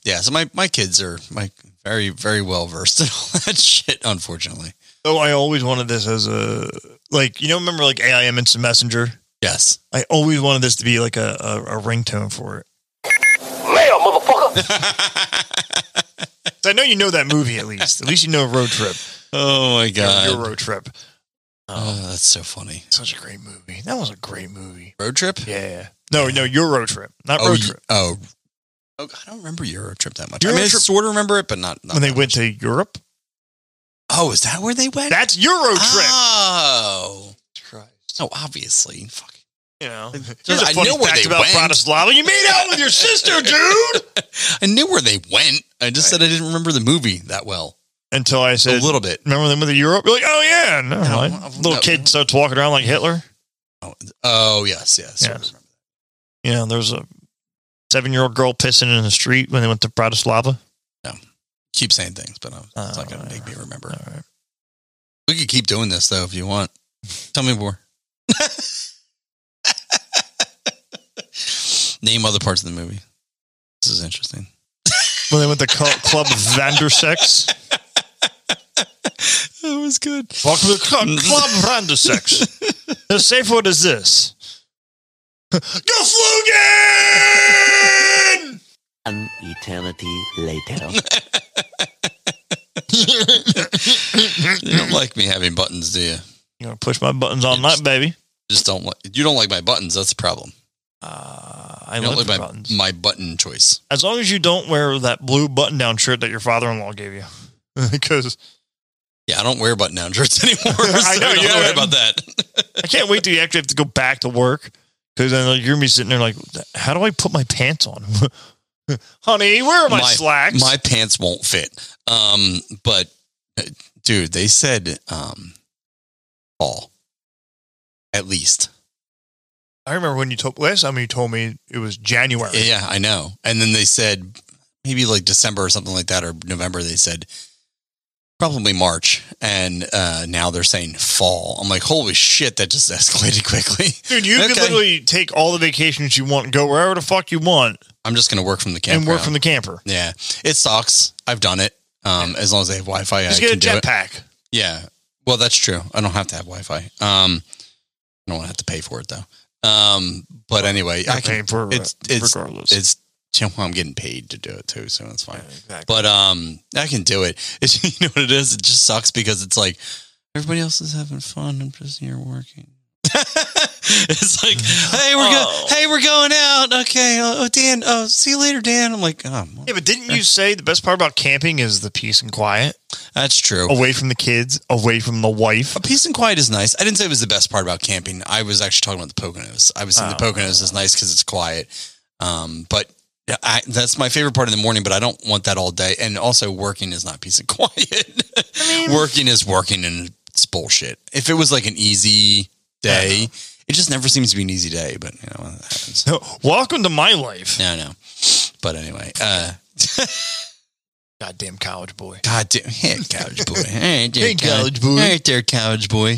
D: yeah. So my my kids are my very very well versed in all that shit. Unfortunately,
C: So Oh, I always wanted this as a, like, you know, remember like AIM Instant Messenger?
D: yes.
C: I always wanted this to be like a, a, a ringtone for it.
E: Mail, motherfucker.
C: 'Cause I know you know that movie at least. at least you know Road Trip.
D: Oh my
C: Your
D: god,
C: Road Trip.
D: oh, that's so funny.
C: Such a great movie. That was a great movie.
D: Road trip?
C: Yeah. No, no, your road trip, not
D: Oh,
C: road
D: y-
C: trip.
D: oh, oh, I don't remember Euro trip that much.
C: Euro
D: I mean, I
C: trip-
D: sort of remember it, but not. not
C: When they
D: that
C: went
D: much.
C: to Europe,
D: Oh, is that where they went?
C: that's Euro trip.
D: Oh, oh, obviously. Fuck.
C: You know,
D: I know where they
C: about
D: went.
C: Bratislava. You made out with your sister, dude.
D: I knew where they went. I just said I didn't remember the movie that well.
C: Until I
D: A
C: said,
D: little bit.
C: "Remember them with the Europe?" You're like, "Oh yeah." No,
D: no,
C: little
D: no.
C: kid starts walking around like Hitler.
D: Oh yes, yes.
C: Yeah. You know, there was a seven-year-old girl pissing in the street when they went to Bratislava.
D: Keep saying things, but I'm, it's not going
C: Oh,
D: to make me remember.
C: All right.
D: We could keep doing this though if you want. Tell me more. Name other parts of the movie. This is interesting.
C: When they went to Cl- Club Vandersex.
D: That was good.
C: Welcome to Club, club Randersex. the safe word is this. Geflogen!
G: An eternity later.
D: You don't like me having buttons, do you?
C: You gonna push my buttons all night, baby?
D: Just don't like you don't like my buttons. That's the problem.
C: Uh, I
D: You don't
C: love
D: like
C: the
D: my
C: buttons.
D: my button choice.
C: as long as you don't wear that blue button-down shirt that your father-in-law gave you, because
D: Yeah, I don't wear button down shirts anymore. So
C: I
D: I
C: know,
D: know. Don't
C: yeah.
D: worry about that.
C: I can't wait till you actually have to go back to work. Because then like, you're gonna be sitting there like, how do I put my pants on? Honey, where are my, slacks?
D: My pants won't fit. Um, but uh, dude, they said um, all at least.
C: I remember when you told last time you told me it was January.
D: Yeah, yeah, I know. And then they said maybe like December or something like that, or November. They said probably March, and uh, now they're saying fall. I'm like, holy shit, that just escalated quickly.
C: Dude, you could
D: Okay.
C: literally take all the vacations you want, go wherever the fuck you want,
D: I'm just gonna work from the
C: and
D: camp.
C: work from the camper.
D: yeah. It sucks. I've done it. Um, as long as they have Wi-Fi,
C: Just
D: I
C: get a
D: can do it.
C: jetpack.
D: Yeah. Well, that's true. I don't have to have Wi-Fi. Um, I don't want to have to pay for it though. Um, but anyway, I
C: You're paying
D: can.
C: for it
D: It's it's
C: regardless.
D: it's. you know, I'm getting paid to do it too, so that's fine.
C: exactly.
D: But um, I can do it. It's, you know what it is? It just sucks because it's like everybody else is having fun. I'm just here working. it's like, hey, we're
C: Oh.
D: go- hey, we're going out. Okay, oh, Dan, oh, see you later, Dan. I'm like, oh,
C: yeah, but didn't you say the best part about camping is the peace and quiet,
D: that's true.
C: away from the kids, away from the wife?
D: A peace and quiet is nice. I didn't say it was the best part about camping. I was actually talking about the Poconos. I was saying the
C: Oh.
D: Poconos is nice because it's quiet. Um, but I, that's my favorite part in the morning. But I don't want that all day. And also, working is not peace and quiet. working is working, and it's bullshit. If it was like an easy day, it just never seems to be an easy day. But you know, that happens.
C: Welcome to my life.
D: Yeah, I know. But anyway, uh,
C: Goddamn college boy.
D: God damn, hey, college boy. Hey, there,
C: Hey, college boy.
D: Hey, there, college boy.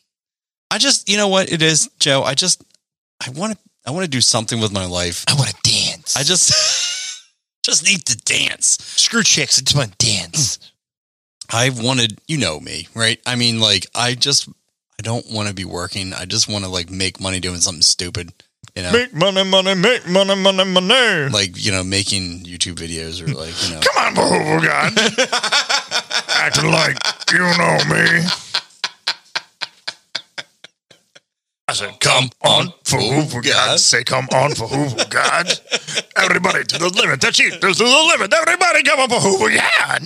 D: I just, you know what it is, Joe. I just, I want to, I want to do something with my life.
C: I want to dance.
D: I just, just need to dance.
C: screw chicks. I just want to dance.
D: I wanted, you know me, right? I mean, like, I just, I don't want to be working. I just want to like make money doing something stupid, you know,
C: Make money, money, make money, money, money.
D: like you know, making YouTube videos or like you know,
C: Come on, Behover God. Acting like you know me. I said, come on, for Hoover God. Say, come on, for Hoover God. Everybody to the limit. The cheaters to the limit. Everybody come on, for Hoover God.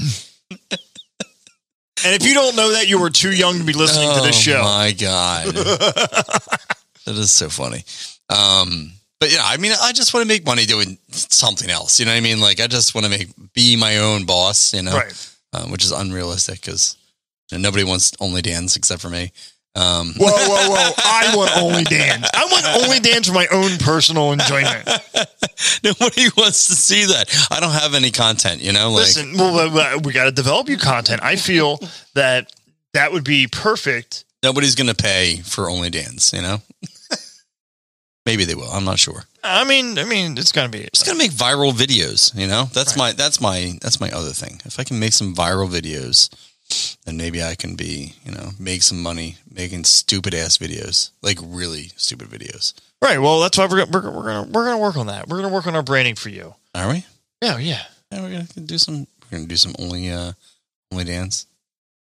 C: And if you don't know that, you were too young to be listening to this show.
D: Oh, my god, that is so funny. Um, but yeah, I mean, I just want to make money doing something else. You know what I mean? Like, I just want to make be my own boss. You know,
C: Right.
D: um, which is unrealistic because nobody wants only Dan's except for me. Um,
C: Whoa, whoa, whoa. I want only dance. I want only dance for my own personal enjoyment.
D: nobody wants to see that. I don't have any content. You know, like
C: Listen, well, well, well, we got to develop you content. I feel that that would be perfect
D: Nobody's going to pay for only dance, you know? Maybe they will. I'm not sure.
C: I mean, I mean, it's gonna be.
D: Just got to make viral videos, you know? That's my that's my that's my other thing. If I can make some viral videos, then maybe I can be, you know, make some money making stupid ass videos, like really stupid videos.
C: uh, right. Well, that's why we're gonna, we're, gonna- we're gonna we're gonna work on that. We're gonna work on our branding for you.
D: Are we?
C: Yeah, yeah.
D: Yeah, we're going to do some we're going to do some only uh only dance.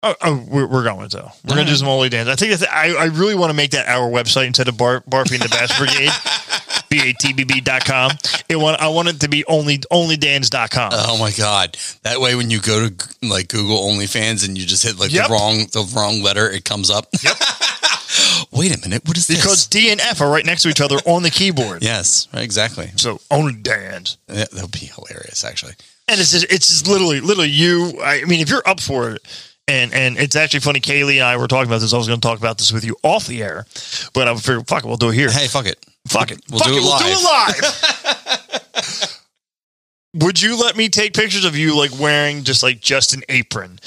C: Oh, oh we're, we're going to. We're going to do some only dance. I think that's, I, I really want to make that our website instead of bar, Barfy and the Bass Brigade, batbb.com. It want, I want it to be only onlydance.com.
D: Oh my god! That way, when you go to like Google OnlyFans and you just hit like
C: Yep.
D: the wrong the wrong letter, it comes up. Yep. Wait a minute, what is this?
C: because D and F are right next to each other on the keyboard.
D: yes, right, exactly.
C: So only dance.
D: Yeah, That would be hilarious, actually.
C: And it's just, it's just literally literally you. I mean, if you're up for it, and and it's actually funny. Kaylee and I were talking about this. I was going to talk about this with you off the air, but I figured, fuck, it, we'll do it here.
D: Hey, fuck it.
C: Fuck it.
D: We'll
C: Fuck
D: do it
C: We'll do it live. Would you let me take pictures of you like wearing just like just an apron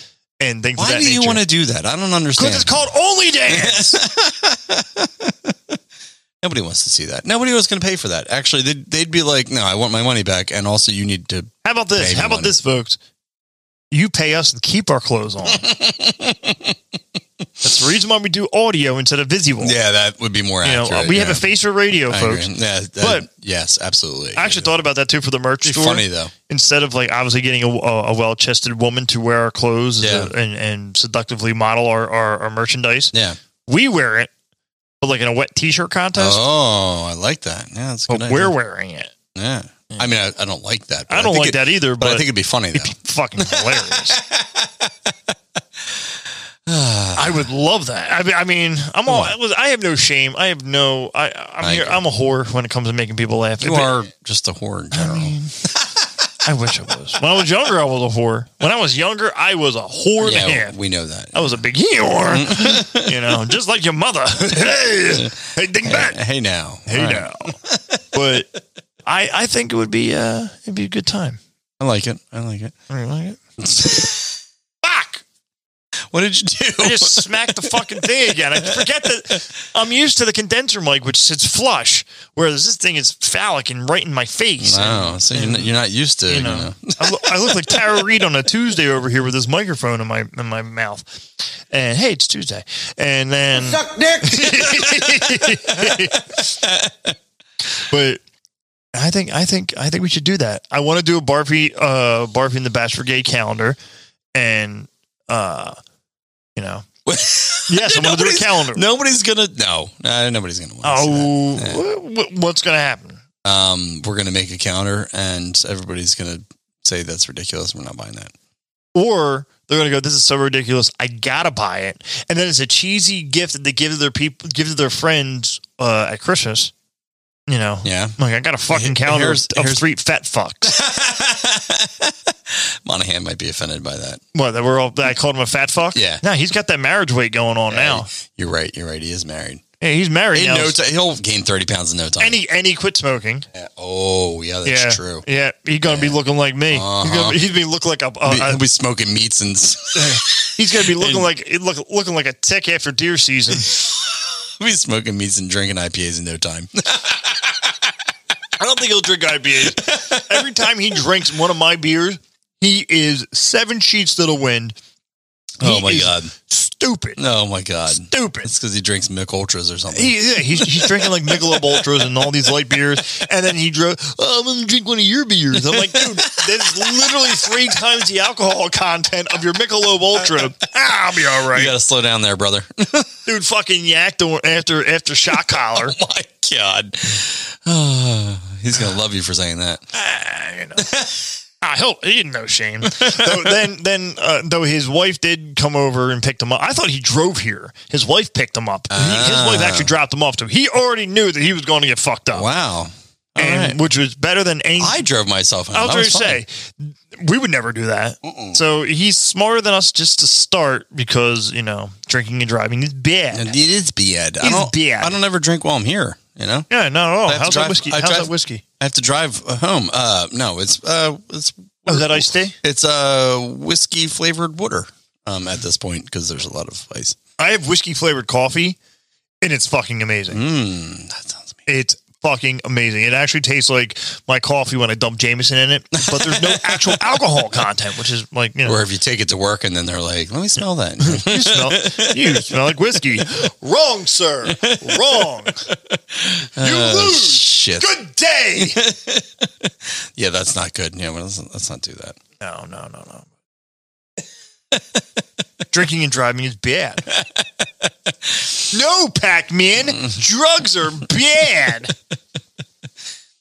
C: and things of
D: Why
C: that
D: do you
C: nature?
D: want to do that? I don't understand.
C: Because it's called Only Dance.
D: Nobody wants to see that. Nobody was going to pay for that. Actually, they'd, they'd be like, "No, I want my money back," and also you need to.
C: How about this?
D: Baby
C: How about
D: money.
C: this, folks? You pay us and keep our clothes on. That's the reason why we do audio instead of visual.
D: Yeah, that would be more
C: you know,
D: accurate.
C: we
D: yeah.
C: have a face for radio,
D: I
C: folks.
D: agree. Yeah, that-
C: But-
D: yes, absolutely.
C: I actually thought about that too for the merch
D: it'd be
C: store.
D: funny though.
C: instead of like obviously getting a, a, a well chested woman to wear our clothes
D: Yeah.
C: as a- and, and seductively model our, our, our merchandise,
D: Yeah.
C: we wear it, but like in a wet t shirt contest,
D: Oh, I like that. Yeah, that's a
C: but
D: good. idea.
C: we're wearing it.
D: Yeah. I mean, I, I don't like that. but
C: I don't
D: think
C: like
D: it-
C: that either,
D: But,
C: but,
D: I think it'd be funny
C: it'd
D: though.
C: be fucking hilarious. I would love that. I mean, I mean, I'm all. I, was, I have no shame. I have no. I, I'm
D: I
C: here.
D: agree.
C: I'm a whore when it comes to making people laugh.
D: you
C: If it-
D: are just a whore in general.
C: I wish I was. When I was younger, I was a whore. When I was younger, I was a whore.
D: yeah, Mm.
C: Yeah,
D: we know that.
C: I was a big whore. you know, just like your mother. hey, hey, dingbat.
D: Hey, hey now.
C: Hey
D: All right.
C: now. but I, I think it would be uh it'd be a good time.
D: I like it. I like it.
C: I like it. Fuck!
D: What did you do?
C: I just smacked the fucking thing again. I forget that I'm used to the condenser mic, which sits flush, whereas this thing is phallic and right in my face.
D: Wow. So you're not, you're not used to,
C: You
D: you
C: know,
D: know.
C: I, look, I look like Tara Reid on a Tuesday over here with this microphone in my in my mouth. And hey, it's Tuesday. And then suck dick. but I think I think I think we should do that. I want to do a Barfy uh Barfy and the Bachelor Gay calendar and uh you know yes, I'm going to do a
D: Nobody's-
C: calendar.
D: Nobody's gonna. No, Nah, nobody's gonna. Want
C: oh, wh- wh- what's going to happen?
D: um, we're gonna make a counter, and everybody's gonna say that's ridiculous. We're not buying that.
C: or they're going to go this is so ridiculous i gotta buy it and then it's a cheesy gift that they give to their people give to their friends uh, at christmas you know
D: Yeah.
C: like i got a fucking
D: Here-
C: calendar
D: here's-
C: of
D: here's-
C: three fat fucks
D: Monahan might be offended by that.
C: what that we're all that i called him a fat fuck
D: Yeah.
C: no he's got that marriage weight going on now
D: You're right. You're right. He is married.
C: yeah he's married
D: In
C: now
D: no time, he'll gain thirty pounds in no time.
C: and he and he quit smoking
D: Yeah. Oh, yeah, that's
C: yeah
D: true.
C: yeah he's gonna be looking like me he's
D: Uh-huh.
C: gonna be, he's gonna be looking like a, a-
D: He'll be,
C: a-
D: he'll be smoking meats and
C: he's gonna be looking
D: and-
C: like look, looking like a tick after deer season
D: he'll be smoking meats and drinking IPAs in no time.
C: I don't think he'll drink IPAs. Every time he drinks one of my beers, he is seven sheets to the wind. He
D: oh my
C: is
D: god!
C: Stupid.
D: Oh my god!
C: Stupid.
D: It's because he drinks Mick Ultras or something.
C: He, yeah, he's, he's drinking like Michelob Ultras and all these light beers, and then he drove. Oh, I'm gonna drink one of your beers. I'm like, dude, that's literally three times the alcohol content of your Michelob Ultra. Ah, I'll be all
D: you
C: right,
D: gotta slow down there, brother. oh
C: dude. Fucking yacked on- after after shot collar.
D: my god! He's gonna love you for saying that.
C: Ah, you know. I hope Ah, he didn't know shame. though, then, then uh, though his wife did come over and picked him up. I thought he drove here. His wife picked him up. He- his wife actually dropped him off to him. He already knew that he was going to get fucked up,
D: Wow. All
C: and,
D: right.
C: which was better than any.
D: I drove myself. Home.
C: I was
D: That
C: going to
D: fun.
C: say, we would never do that. So he's smarter than us just to start because you know drinking and driving is bad.
D: And it is bad. I
C: It's
D: don't.
C: bad.
D: I don't ever drink while I'm here. You know,
C: yeah, not at all.
D: I have to
C: How's
D: drive-
C: that whiskey?
D: I
C: How's
D: drive-
C: that whiskey?
D: I have to drive uh, home. Uh, no, it's uh, it's
C: Oh, is that iced tea?
D: It's uh, whiskey flavored water. Um, at this point because there's a lot of ice.
C: I have whiskey flavored coffee, and it's fucking amazing.
D: Mmm, that sounds amazing.
C: It's fucking amazing. It actually tastes like my coffee when I dump Jameson in it, but there's no actual alcohol content, which is like you know.
D: Or if you take it to work and then they're like, let me smell that.
C: You smell, you smell like whiskey. Wrong, sir. Wrong. You
D: Oh,
C: lose.
D: shit.
C: Good day.
D: Yeah, that's not good. Yeah, well, let's, let's not do that.
C: No, no, no, no. Drinking and driving is bad. no, Pac Man. Drugs are bad.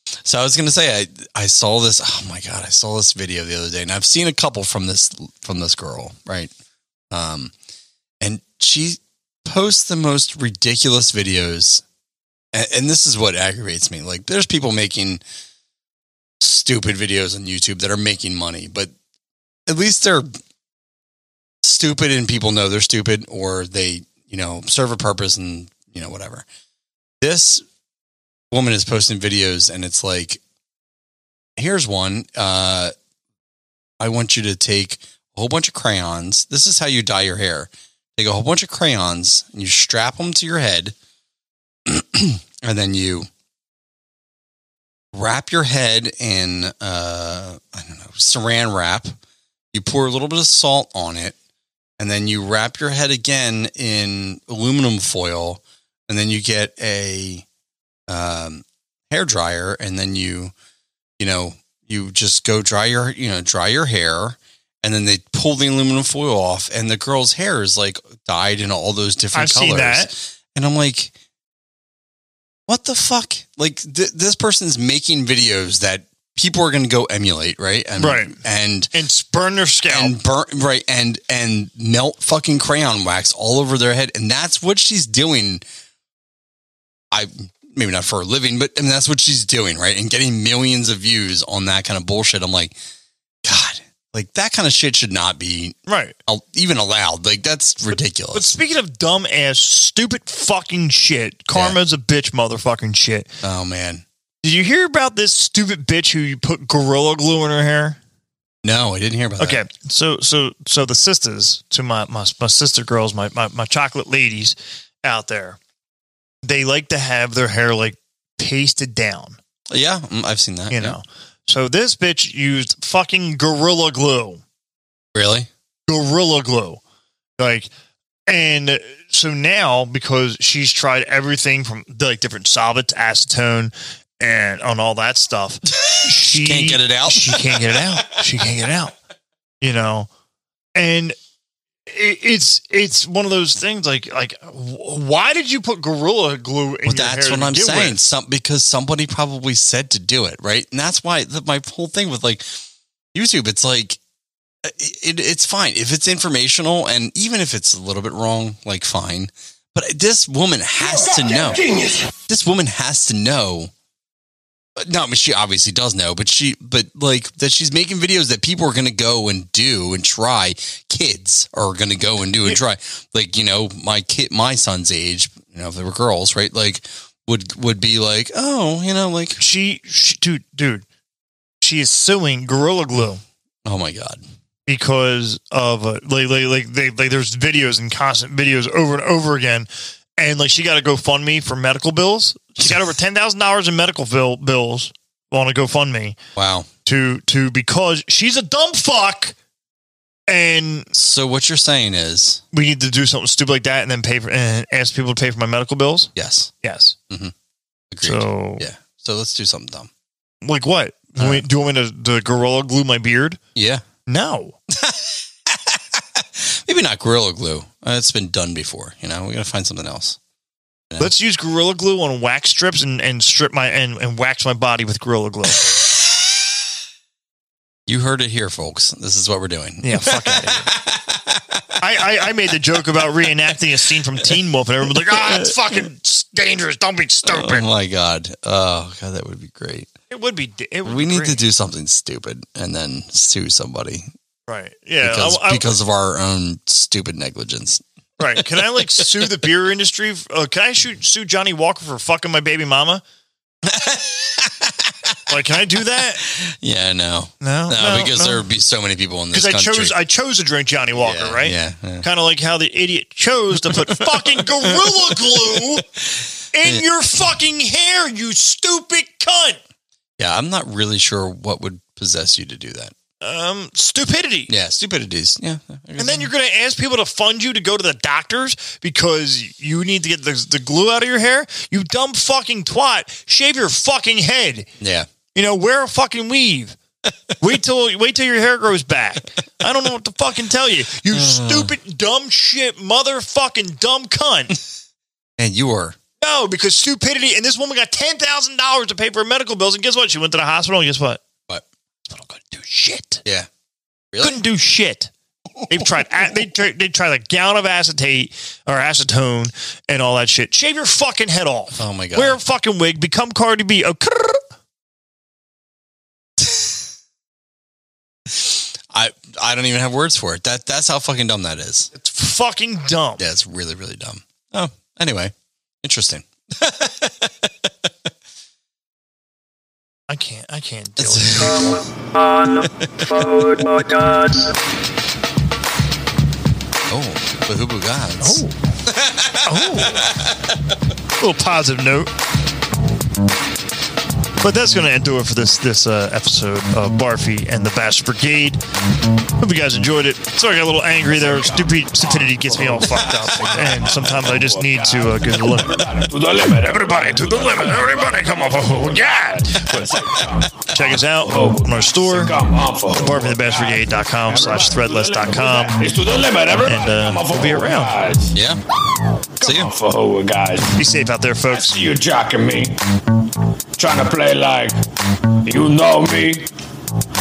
D: So I was gonna say I I saw this. Oh my god, I saw this video the other day, and I've seen a couple from this from this girl, right? Um, and she posts the most ridiculous videos, and, and this is what aggravates me. Like, there's people making stupid videos on YouTube that are making money, but at least they're stupid, and people know they're stupid, or they you know serve a purpose, and you know whatever. This woman is posting videos and it's like here's one uh i want you to take a whole bunch of crayons this is how you dye your hair take a whole bunch of crayons and you strap them to your head and then you wrap your head in uh i don't know saran wrap you pour a little bit of salt on it and then you wrap your head again in aluminum foil and then you get a um, hair dryer and then you you know you just go dry your you know dry your hair and then they pull the aluminum foil off and the girl's hair is like dyed in all those different
C: I've
D: colors
C: seen that.
D: and i'm like what the fuck like th- this person's making videos that people are going to go emulate right and
C: Right.
D: and
C: And spurn their scalp.
D: and burn right and and melt fucking crayon wax all over their head and that's what she's doing i maybe not for a living but I mean, that's what she's doing right and getting millions of views on that kind of bullshit i'm like god like that kind of shit should not be
C: right.
D: al- even allowed like that's
C: But
D: ridiculous
C: speaking of dumb ass, stupid fucking shit, karma's a bitch, motherfucking shit.
D: oh man
C: Did you hear about this stupid bitch who put gorilla glue in her hair?
D: no i didn't hear about
C: Okay,
D: that
C: so so so the sisters to my my, my sister girls, my, my my chocolate ladies out there, they like to have their hair like pasted down,
D: yeah mm, i've seen that
C: you
D: yeah.
C: know. So this bitch used fucking gorilla glue,
D: really
C: gorilla glue, like, and so now because she's tried everything from like different solvents, acetone, and on all that stuff, she
D: can't get it out
C: she can't get it out. She can't get it out. You know, and it, it's it's one of those things like like wh- why did you put gorilla glue in
D: Well,
C: your
D: that's
C: hair
D: what
C: to
D: I'm
C: begin
D: saying.
C: with?
D: Some because somebody probably said to do it, right? And that's why the, my whole thing with like YouTube, it's like uh, it, it's fine if it's informational, and even if it's a little bit wrong, like fine. But this woman has to know. This woman has to know. uh, No, I mean, she obviously does know, but she, but like that she's making videos that people are going to go and do and try. Kids are going to go and do and try. Like you know, my kid, my son's age. You know, if they were girls, right? Like would would be like, oh, you know, like
C: She, she dude dude she is suing gorilla glue
D: oh my god,
C: because of uh, like like like, they, like there's videos and constant videos over and over again. And like she got a GoFundMe for medical bills. She got over ten thousand dollars in medical bill, bills on a GoFundMe.
D: wow.
C: to to because she's a dumb fuck and
D: So what you're saying is
C: we need to do something stupid like that and then pay for and ask people to pay for my medical bills
D: yes,
C: yes
D: agreed.
C: so
D: yeah. So let's do something dumb.
C: like what do, you want- do you want me to, to gorilla glue my beard
D: Yeah,
C: no
D: maybe not gorilla glue. Uh, it's been done before. You know, we got to find something else. Yeah.
C: let's use gorilla glue on wax strips and, and strip my and, and wax my body with gorilla glue
D: You heard it here, folks. This is what we're doing.
C: yeah fuck outta here. I, I, I made the joke about reenacting a scene from Teen Wolf, and everyone's like, "Ah, it's fucking dangerous. Don't be
D: Oh
C: stupid."
D: my god. Oh god, that would be great.
C: it would be. It would
D: We
C: be
D: need to
C: great.
D: do something stupid and then sue somebody
C: right. Yeah,
D: because
C: I- I-
D: because of our own stupid negligence.
C: Right. Can I like sue the beer industry? Uh, can I shoot, sue Johnny Walker for fucking my baby mama? Like, can I do that?
D: Yeah, no,
C: No,
D: no,
C: no,
D: because
C: no.
D: there would be so many people in this
C: Because I
D: country.
C: chose I chose to drink Johnny Walker,
D: Yeah,
C: right?
D: yeah, yeah.
C: Kind of like how the idiot chose to put fucking gorilla glue in your fucking hair, you stupid cunt.
D: yeah, I'm not really sure what would possess you to do that.
C: Um, stupidity.
D: Yeah, stupidities. Yeah,
C: And then you're going to ask people to fund you to go to the doctors because you need to get the, the glue out of your hair? You dumb fucking twat. Shave your fucking head.
D: yeah,
C: You know, wear a fucking weave. wait till wait till your hair grows back. I don't know what to fucking tell you. You stupid dumb shit motherfucking dumb cunt.
D: and you are.
C: No, because stupidity and this woman got ten thousand dollars to pay for her medical bills, and guess what? She went to the hospital and guess what?
D: What?
C: Hospital couldn't do shit.
D: Yeah,
C: Couldn't do shit. They've tried a- they tried they tried a gallon of acetate or acetone and all that shit. Shave your fucking head off.
D: Oh my God.
C: Wear a fucking wig, become Cardi B. Oh, crrr.
D: I I don't even have words for it. That that's how fucking dumb that is.
C: it's fucking dumb.
D: Yeah, it's really really dumb. Oh, anyway, interesting.
C: I can't I can't deal with it.
D: It's- oh, the Hubu gods. Oh,
C: little positive note. But that's going to do it for this this uh, episode of Barfy and the Bash Brigade. Hope you guys enjoyed it. Sorry, I got a little angry there. Stupid stupidity gets me all fucked up, and sometimes I just need to uh, go to the limit.
H: To the limit, everybody, to the limit, everybody come off. Oh, yeah.
C: Check us out on our store,
H: Come off.
C: barfyandthebashbrigade.com slash threadless.com.
H: It's to the limit, everybody.
C: And, uh,
H: come off.
C: we'll be around.
H: Guys.
D: yeah. See you.
H: Come off, oh, guys.
C: Be safe out there, folks.
H: You jocking me. Trying to play like you know me.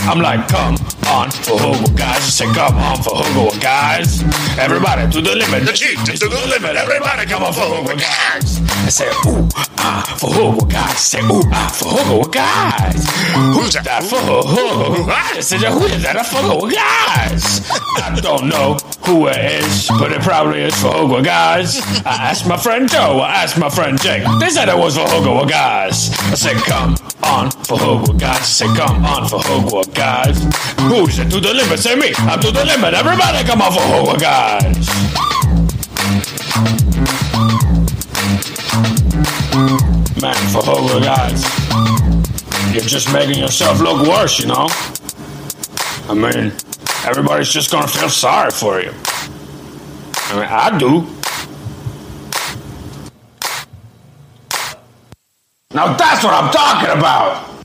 H: I'm like, come on for Hugo, guys. I say, come on for Hugo, guys. Everybody to the limit. The cheat is to the limit. Everybody come on for Hugo, guys. I say, ooh, ah, for Hugo, guys. I say, ooh, ah, for Hugo, guys. Who's that for Hugo, guys? I said, who is that for Hugo, guys? I don't know who it is, but it probably is for Hugo, guys. I asked my friend Joe. I asked my friend Jake. They said it was for Hugo, guys. I said, come on for Hugo, guys. I said, come on for Hugo, guys. Who's it to the limit? Say me. I'm to the limit. Everybody come on for Hugo, guys. Man, for Hugo, guys. You're just making yourself look worse, you know? I mean, everybody's just gonna feel sorry for you. I mean, I do. Now that's what I'm talking about!